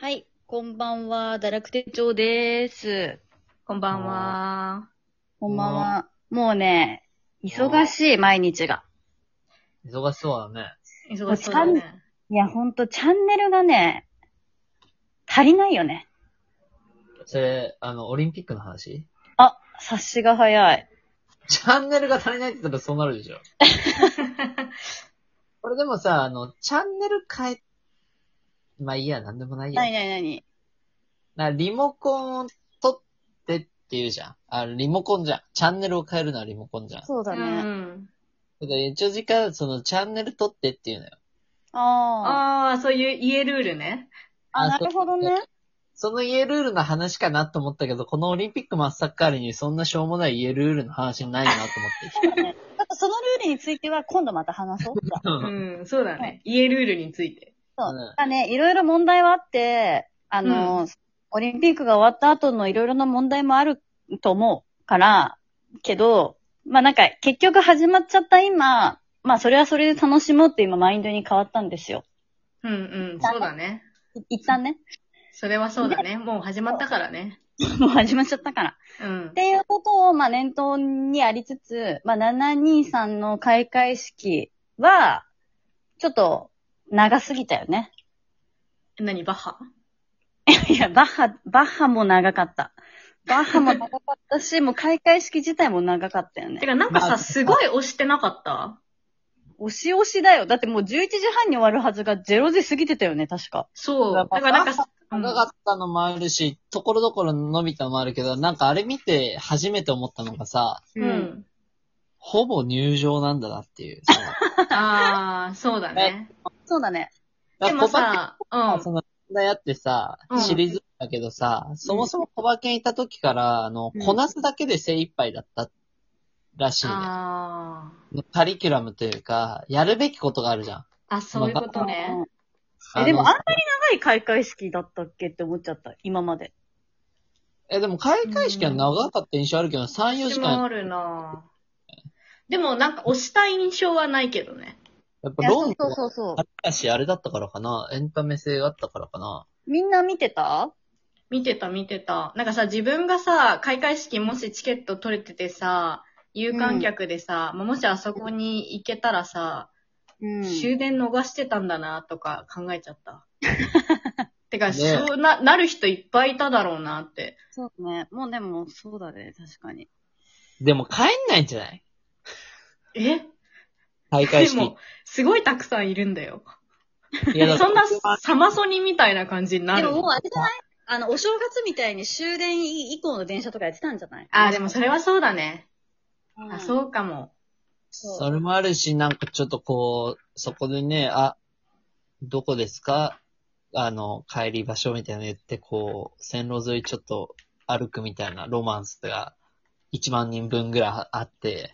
はい、こんばんは、堕落手帳です。こんばんは。こんばんは。もうね、忙しい、毎日が。忙しそうだね。忙しそうだね。いや、ほんと、チャンネルがね、足りないよね。それ、あの、オリンピックの話あ、察しが早い。チャンネルが足りないって言ったらそうなるでしょ。これでもさ、あの、チャンネル変え、まあいいや、なんでもないや。なになになになリモコンを取ってって言うじゃん。あリモコンじゃん。チャンネルを変えるのはリモコンじゃん。だかそうだね。うん。ら一応時間、その、チャンネル取ってって言うのよ。あーああ、そういう家ルールね。あ。あなるほどね。その家ルールの話かなと思ったけど、このオリンピック真っ盛りにそんなしょうもない家ルールの話ないなと思って。だからそのルールについては今度また話そう。じゃあううん、そうだね。家ルールについて。そう。うんだからね、いろいろ問題はあって、あの、オリンピックが終わった後のいろいろな問題もあると思うから、けど、まあなんか結局始まっちゃった今、まあそれはそれで楽しもうって今マインドに変わったんですよ。うんうん、そうだね。い一旦ね。 それはそうだね。もう始まったからね。もう始まっちゃったから。うんっ。ていうことを、まあ念頭にありつつ、まあ723の開会式は、ちょっと長すぎたよね。何、バッハいや、バッハ、バッハも長かった。バッハも長かったし、もう開会式自体も長かったよてね。か、なんかまさ、あすごい押してなかった押し押しだよ。だってもう11時半に終わるはずが0時過ぎてたよね、確か。そう。だからなんか、うん長かったのもあるし、ところどころ伸びたのもあるけど、なんかあれ見て初めて思ったのがさ、うん。ほぼ入場なんだなっていう。そのああ、そうだね。そうだね。 でもさ、う小馬ん券。その、問題あってさうん、シリーズだけどさ、そもそも小馬券いた時から、あのう、んこなすだけで精一杯だったらしいね。あカリキュラムというか、やるべきことがあるじゃん。あ。あ、そういうことね。うん。え、でもあんあなに長い開会式だったっけって思っちゃった、今まで。え、でも開会式は長かった印象あるけど、3、4で時も間、あるなぁでもなんか押した印象はないけどね。やっぱロそンうドンそうそうあ。ったし、あれだったからかな、エンタメ性があったからかな。みんな見てた見てた見てた。なんかさ、自分がさ、開会式もしチケット取れててさ、有観客でさ、まあもしあそこに行けたらさ、うん終電逃してたんだなとか考えちゃった。てか、ねそうな、なる人いっぱいいただろうなって。そうね。もうでも、そうだね、確かに。でも帰んないんじゃないえ開会で式。も、すごいたくさんいるんだよ。いそやだからんなサマソニみたいな感じになでるも。もうあれじゃないあの、お正月みたいに終電以降の電車とかやってたんじゃないあ、でもそれはそうだね。うん、あ、そうかも。それもあるし、なんかちょっとこう、そこでね、あ、どこですかあの、帰り場所みたいなの言って、こう、線路沿いちょっと歩くみたいなロマンスが1万人分ぐらいあって、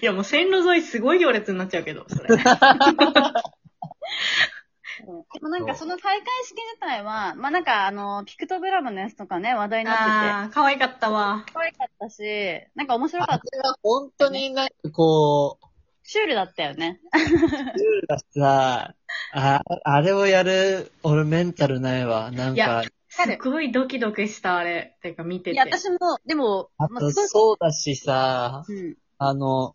いやもう線路沿いすごい行列になっちゃうけど、それ。うんでもなんかその開会式自体は、まあなんかあの、ピクトグラムのやつとかね、話題になってああ、可愛かったわ。て、可愛かったし、なんか面白かっあた。れは本当になんかこう、シュールだったよね。ルールがさ、あ、あれをやる、俺メンタルないわ。なんいやか、すっごいドキドキした、あれ。てか見ていて。や、私も、でも、あまあとすごいそうだしさ、うん。あの、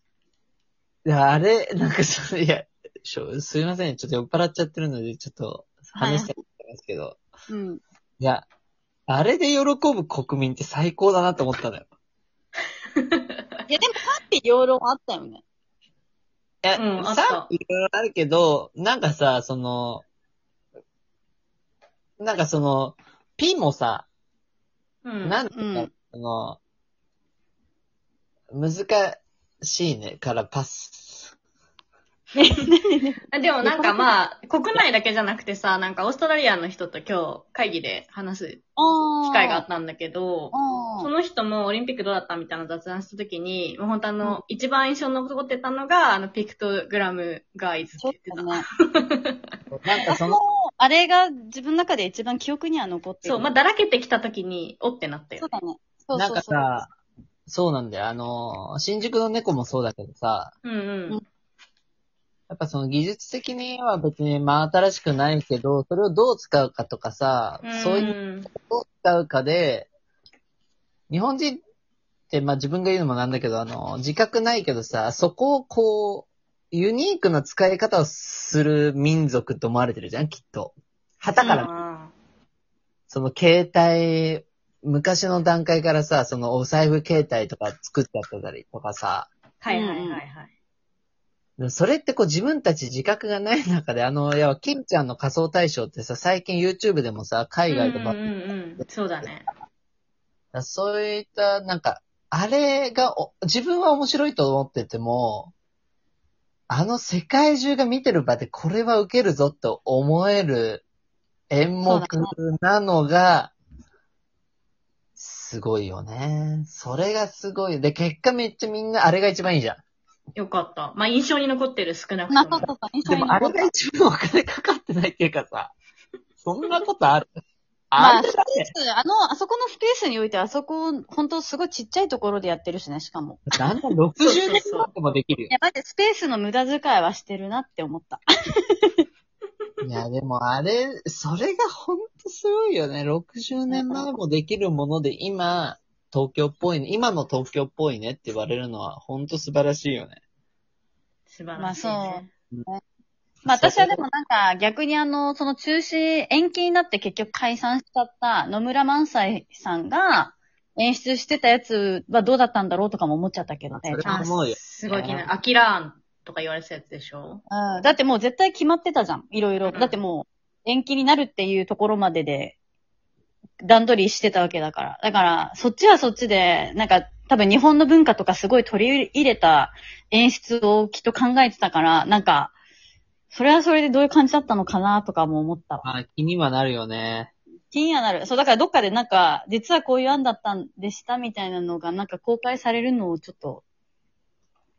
いや、あれ、なんかその、いや、しょすいません、ちょっと酔っ払っちゃってるので、ちょっと話したいと思いますけど、い、うん。や、あれで喜ぶ国民って最高だなと思ったのよ。 いや、でも賛否両論あったよね。いや、うんあったさ、いろいろあるけど、なんかさ、その、なんかその、P もさ、うん。なんていうか、うんその、難しいね、からパス。でもなんかまあ、国内だけじゃなくてさ、なんかオーストラリアの人と今日会議で話すあ機会があったんだけど、そあの人もオリンピックどうだったみたいな雑談した時に、もう本当あの、一番印象に残ってたのが、あの、ピクトグラムガイズっちょって言ってとた。ね。なんかそ私のも、あれが自分の中で一番記憶には残ってる。そう、まあ、だらけてきた時に、おってなったそうよ。だね。そうなんそうかそう。さ、そうなんだよ。あのー、新宿の猫もそうだけどさ、うんうん。やっぱその技術的には別に真新しくないけど、それをどう使うかとかさ、そういううん。どう使うかで、日本人って、まあ自分が言うのもなんだけど、あの、自覚ないけどさ、そこをこう、ユニークな使い方をする民族と思われてるじゃん、きっと。旗から、ら。その携帯、昔の段階からさ、そのお財布携帯とか作っちゃってたりとかさ、はいはいはいはい。それってこう自分たち自覚がない中で、あの、いや、金ちゃんの仮想対象ってさ、最近 YouTube でもさ、海外とか、うんうんうんうん。そうだね。だそういった、なんか、あれがお、自分は面白いと思ってても、あの世界中が見てる場でこれは受けるぞと思える演目なのが、すごいよね。それがすごい。で、結果めっちゃみんなあれが一番いいじゃん。よかった。まあ、印象に残ってる、少なくまあ、とそうも。そうそう、印象でにもあ残れっが一番お金かかってないっていうかさ、そんなことあるまああれだね。た。あの、あそこのスペースにおいて、あそこ、本当すごいちっちゃいところでやってるしね、しかも。だんだん60年になってもできるよい。や、待って、スペースの無駄遣いはしてるなって思 った。いや、でもあれ、それがほんとすごいよね。60年前もできるもので、今、東京っぽいね、今の東京っぽいねって言われるのは、ほんと素晴らしいよね。素晴らしい、ね。まあそうまあ私はでもなんか逆にあの、その中止、延期になって結局解散しちゃった野村萬斎さんが演出してたやつはどうだったんだろうとかも思っちゃったけどねそれ。ちゃんはと思うよあすごい気になる。アキラーンとか言われてたやつでしょうん、だってもう絶対決まってたじゃん。いろいろ。うんだってもう延期になるっていうところまでで段取りしてたわけだから。だから、そっちはそっちで、なんか多分日本の文化とかすごい取り入れた演出をきっと考えてたから、なんか、それはそれでどういう感じだったのかなとかも思ったわ。まあ、気にはなるよね。気にはなる。そう、だからどっかでなんか、実はこういう案だったんでしたみたいなのが、なんか公開されるのをちょっと、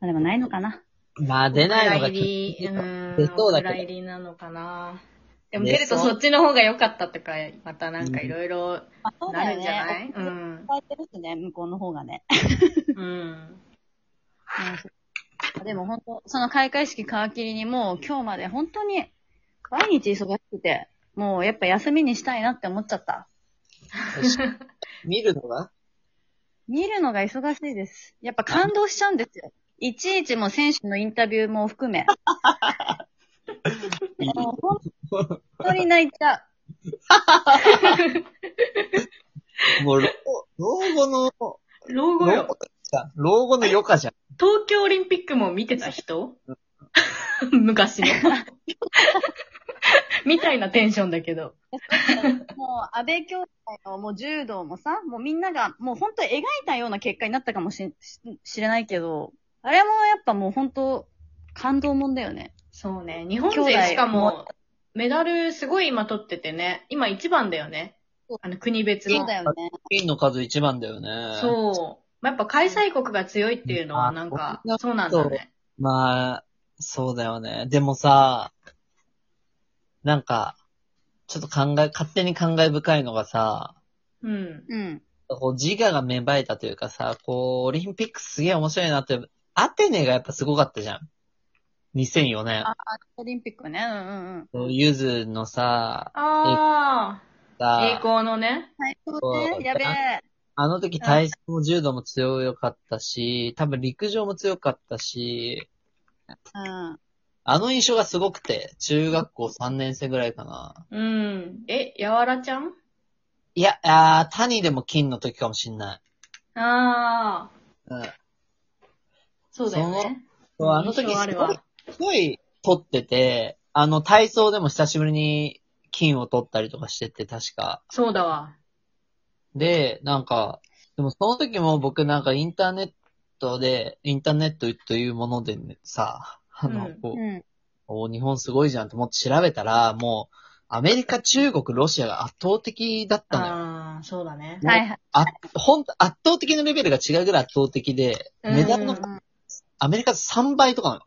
まあでもないのかな。まあ、出ないおのが蔵入り、う出ーん。そうおだけど蔵入りなのかな。でも出出るとそうそっちの方が良かったとか、またなんかいろいろあ、そうだなよるんじゃないね。ういっん。ぱいやってるしね、向こうの方がね。うん。うんでも本当、その開会式皮切りにもう今日まで本当に毎日忙しくて、もうやっぱ休みにしたいなって思っちゃった。見るのが見るのが忙しいです。やっぱ感動しちゃうんですよ。いちいちもう選手のインタビューも含め。もう本当に泣いちゃう。もう、老老後の、老後老よ後。老後の余暇じゃん。東京オリンピックも見てた 人昔の。みたいなテンションだけど。もう、安倍教会のもう柔道もさ、もうみんなが、もう本当描いたような結果になったかもしししれないけど、あれもやっぱもう本当、感動もんだよね。そうね。日本兄弟勢しかも、メダルすごい今取っててね。今一番だよねそう。あの国別そうの。だよね。ピンの数一番だよね。う。そう。まあやっぱ開催国が強いっていうのはなんかうんあ、そうなんだね。まあ、そうだよね。でもさ、なんか、ちょっと考え、勝手に感慨深いのがさ、うん。うん。こう自我が芽生えたというかさ、こう、オリンピックすげえ面白いなって、アテネがやっぱすごかったじゃん。2004年。オリンピックね。うんうんうん。ゆずのさ、ああ、栄さ光のね。最そう高ね。やべえ。あの時体操も柔道も強かったし、多分陸上も強かったし、うん。あの印象がすごくて、中学校3年生ぐらいかな。うん。え、やわらちゃんいや、あー谷でも金の時かもしんない。ああ、うん。そうだよね。そうあの時印象あするごいわ。すごい撮ってて、あの体操でも久しぶりに金を取ったりとかしてて、確か。そうだわ。で、なんか、でもその時も僕なんかインターネットで、インターネットというもので、ね、さ、あの、うんこううん。お日本すごいじゃんと思って調べたら、もう、アメリカ、中国、ロシアが圧倒的だったのよ。ああ、そうだね。はいはい。あ、ほんと、圧倒的なレベルが違うぐらい圧倒的で、うんメダルのアメリカ3倍とか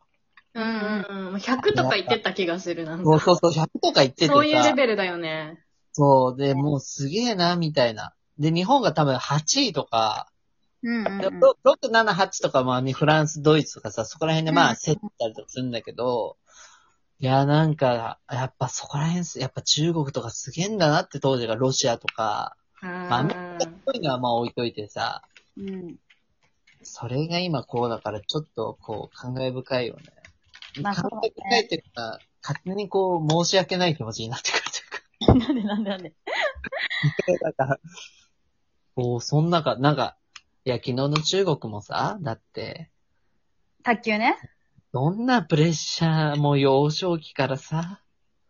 なの。うんうんうん。100とか言ってた気がするなんそうか。そうそう、100とか言っててさ。そういうレベルだよね。そう、で、もうすげえな、みたいな。で、日本が多分8位とか、うんうんうん。 6、7、8とか、まあ、フランス、ドイツとかさ、そこら辺でまうあ、ん競ったりとかするんだけど、いや、なんか、やっぱそこら辺す、やっぱ中国とかすげえんだなって当時がロシアとか、あーそういうのはまあ置いといてさ、うん。それが今こうだからちょっとこう感慨深いよね。まあ感慨深いっていうか、勝手にこう申し訳ない気持ちになってくるなんでなんでなんで。というか、なんか、こう、そんなか、なんか、いや、昨日の中国もさ、だって、卓球ね。どんなプレッシャーも幼少期からさ、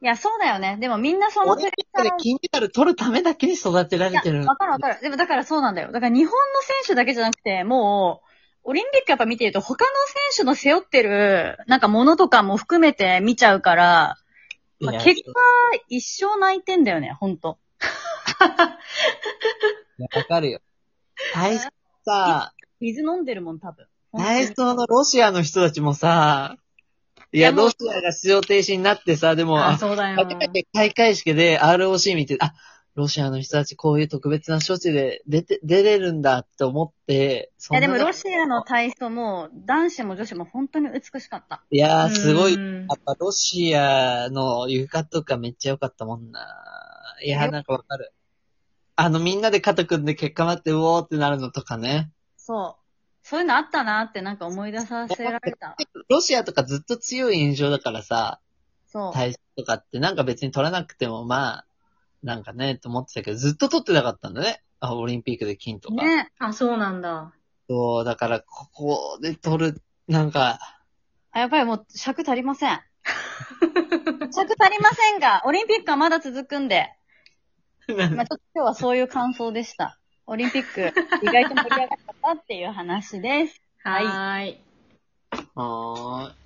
いや、そうだよね。でもみんなそのオリンピックで金メダル取るためだけに育てられてる。わかるわかる。でもだからそうなんだよ。だから日本の選手だけじゃなくて、もう、オリンピックやっぱ見てると他の選手の背負ってる、なんかものとかも含めて見ちゃうから、まあいや結一生泣いてんだよね、ほんと。いやわかるよ。体操さ、水飲んでるもん、多分。体操のロシアの人たちもさ、いいや、やもうロシアが出場停止になってさ、でも、あ、あそうだよ。初めて開会式で ROC 見て、あ、ロシアの人たちこういう特別な処置で出て、出れるんだって思って、いそんや、なでもロシアの体操も、男子も女子も本当に美しかった。いやー、すごい。うやんっぱロシアの床とかめっちゃ良かったもんな。いやー、なんかわかる。あの、みんなで肩組んで結果待って、うおーってなるのとかね。そう。そういうのあったなってなんか思い出させられた。ロシアとかずっと強い印象だからさ、そう。体操とかってなんか別に取らなくてもまあ、なんかね、と思ってたけど、ずっと取ってなかったんだね。あ、オリンピックで金とか。ね。あ、そうなんだ。そう、だから、ここで取る、なんか、 あやっぱりもう尺足りま せん。尺足りませんが、オリンピックはまだ続くんで、まあ、ちょっと今日はそういう感想でした。オリンピック、意外と盛り上がったっていう話です。はーい。はーい。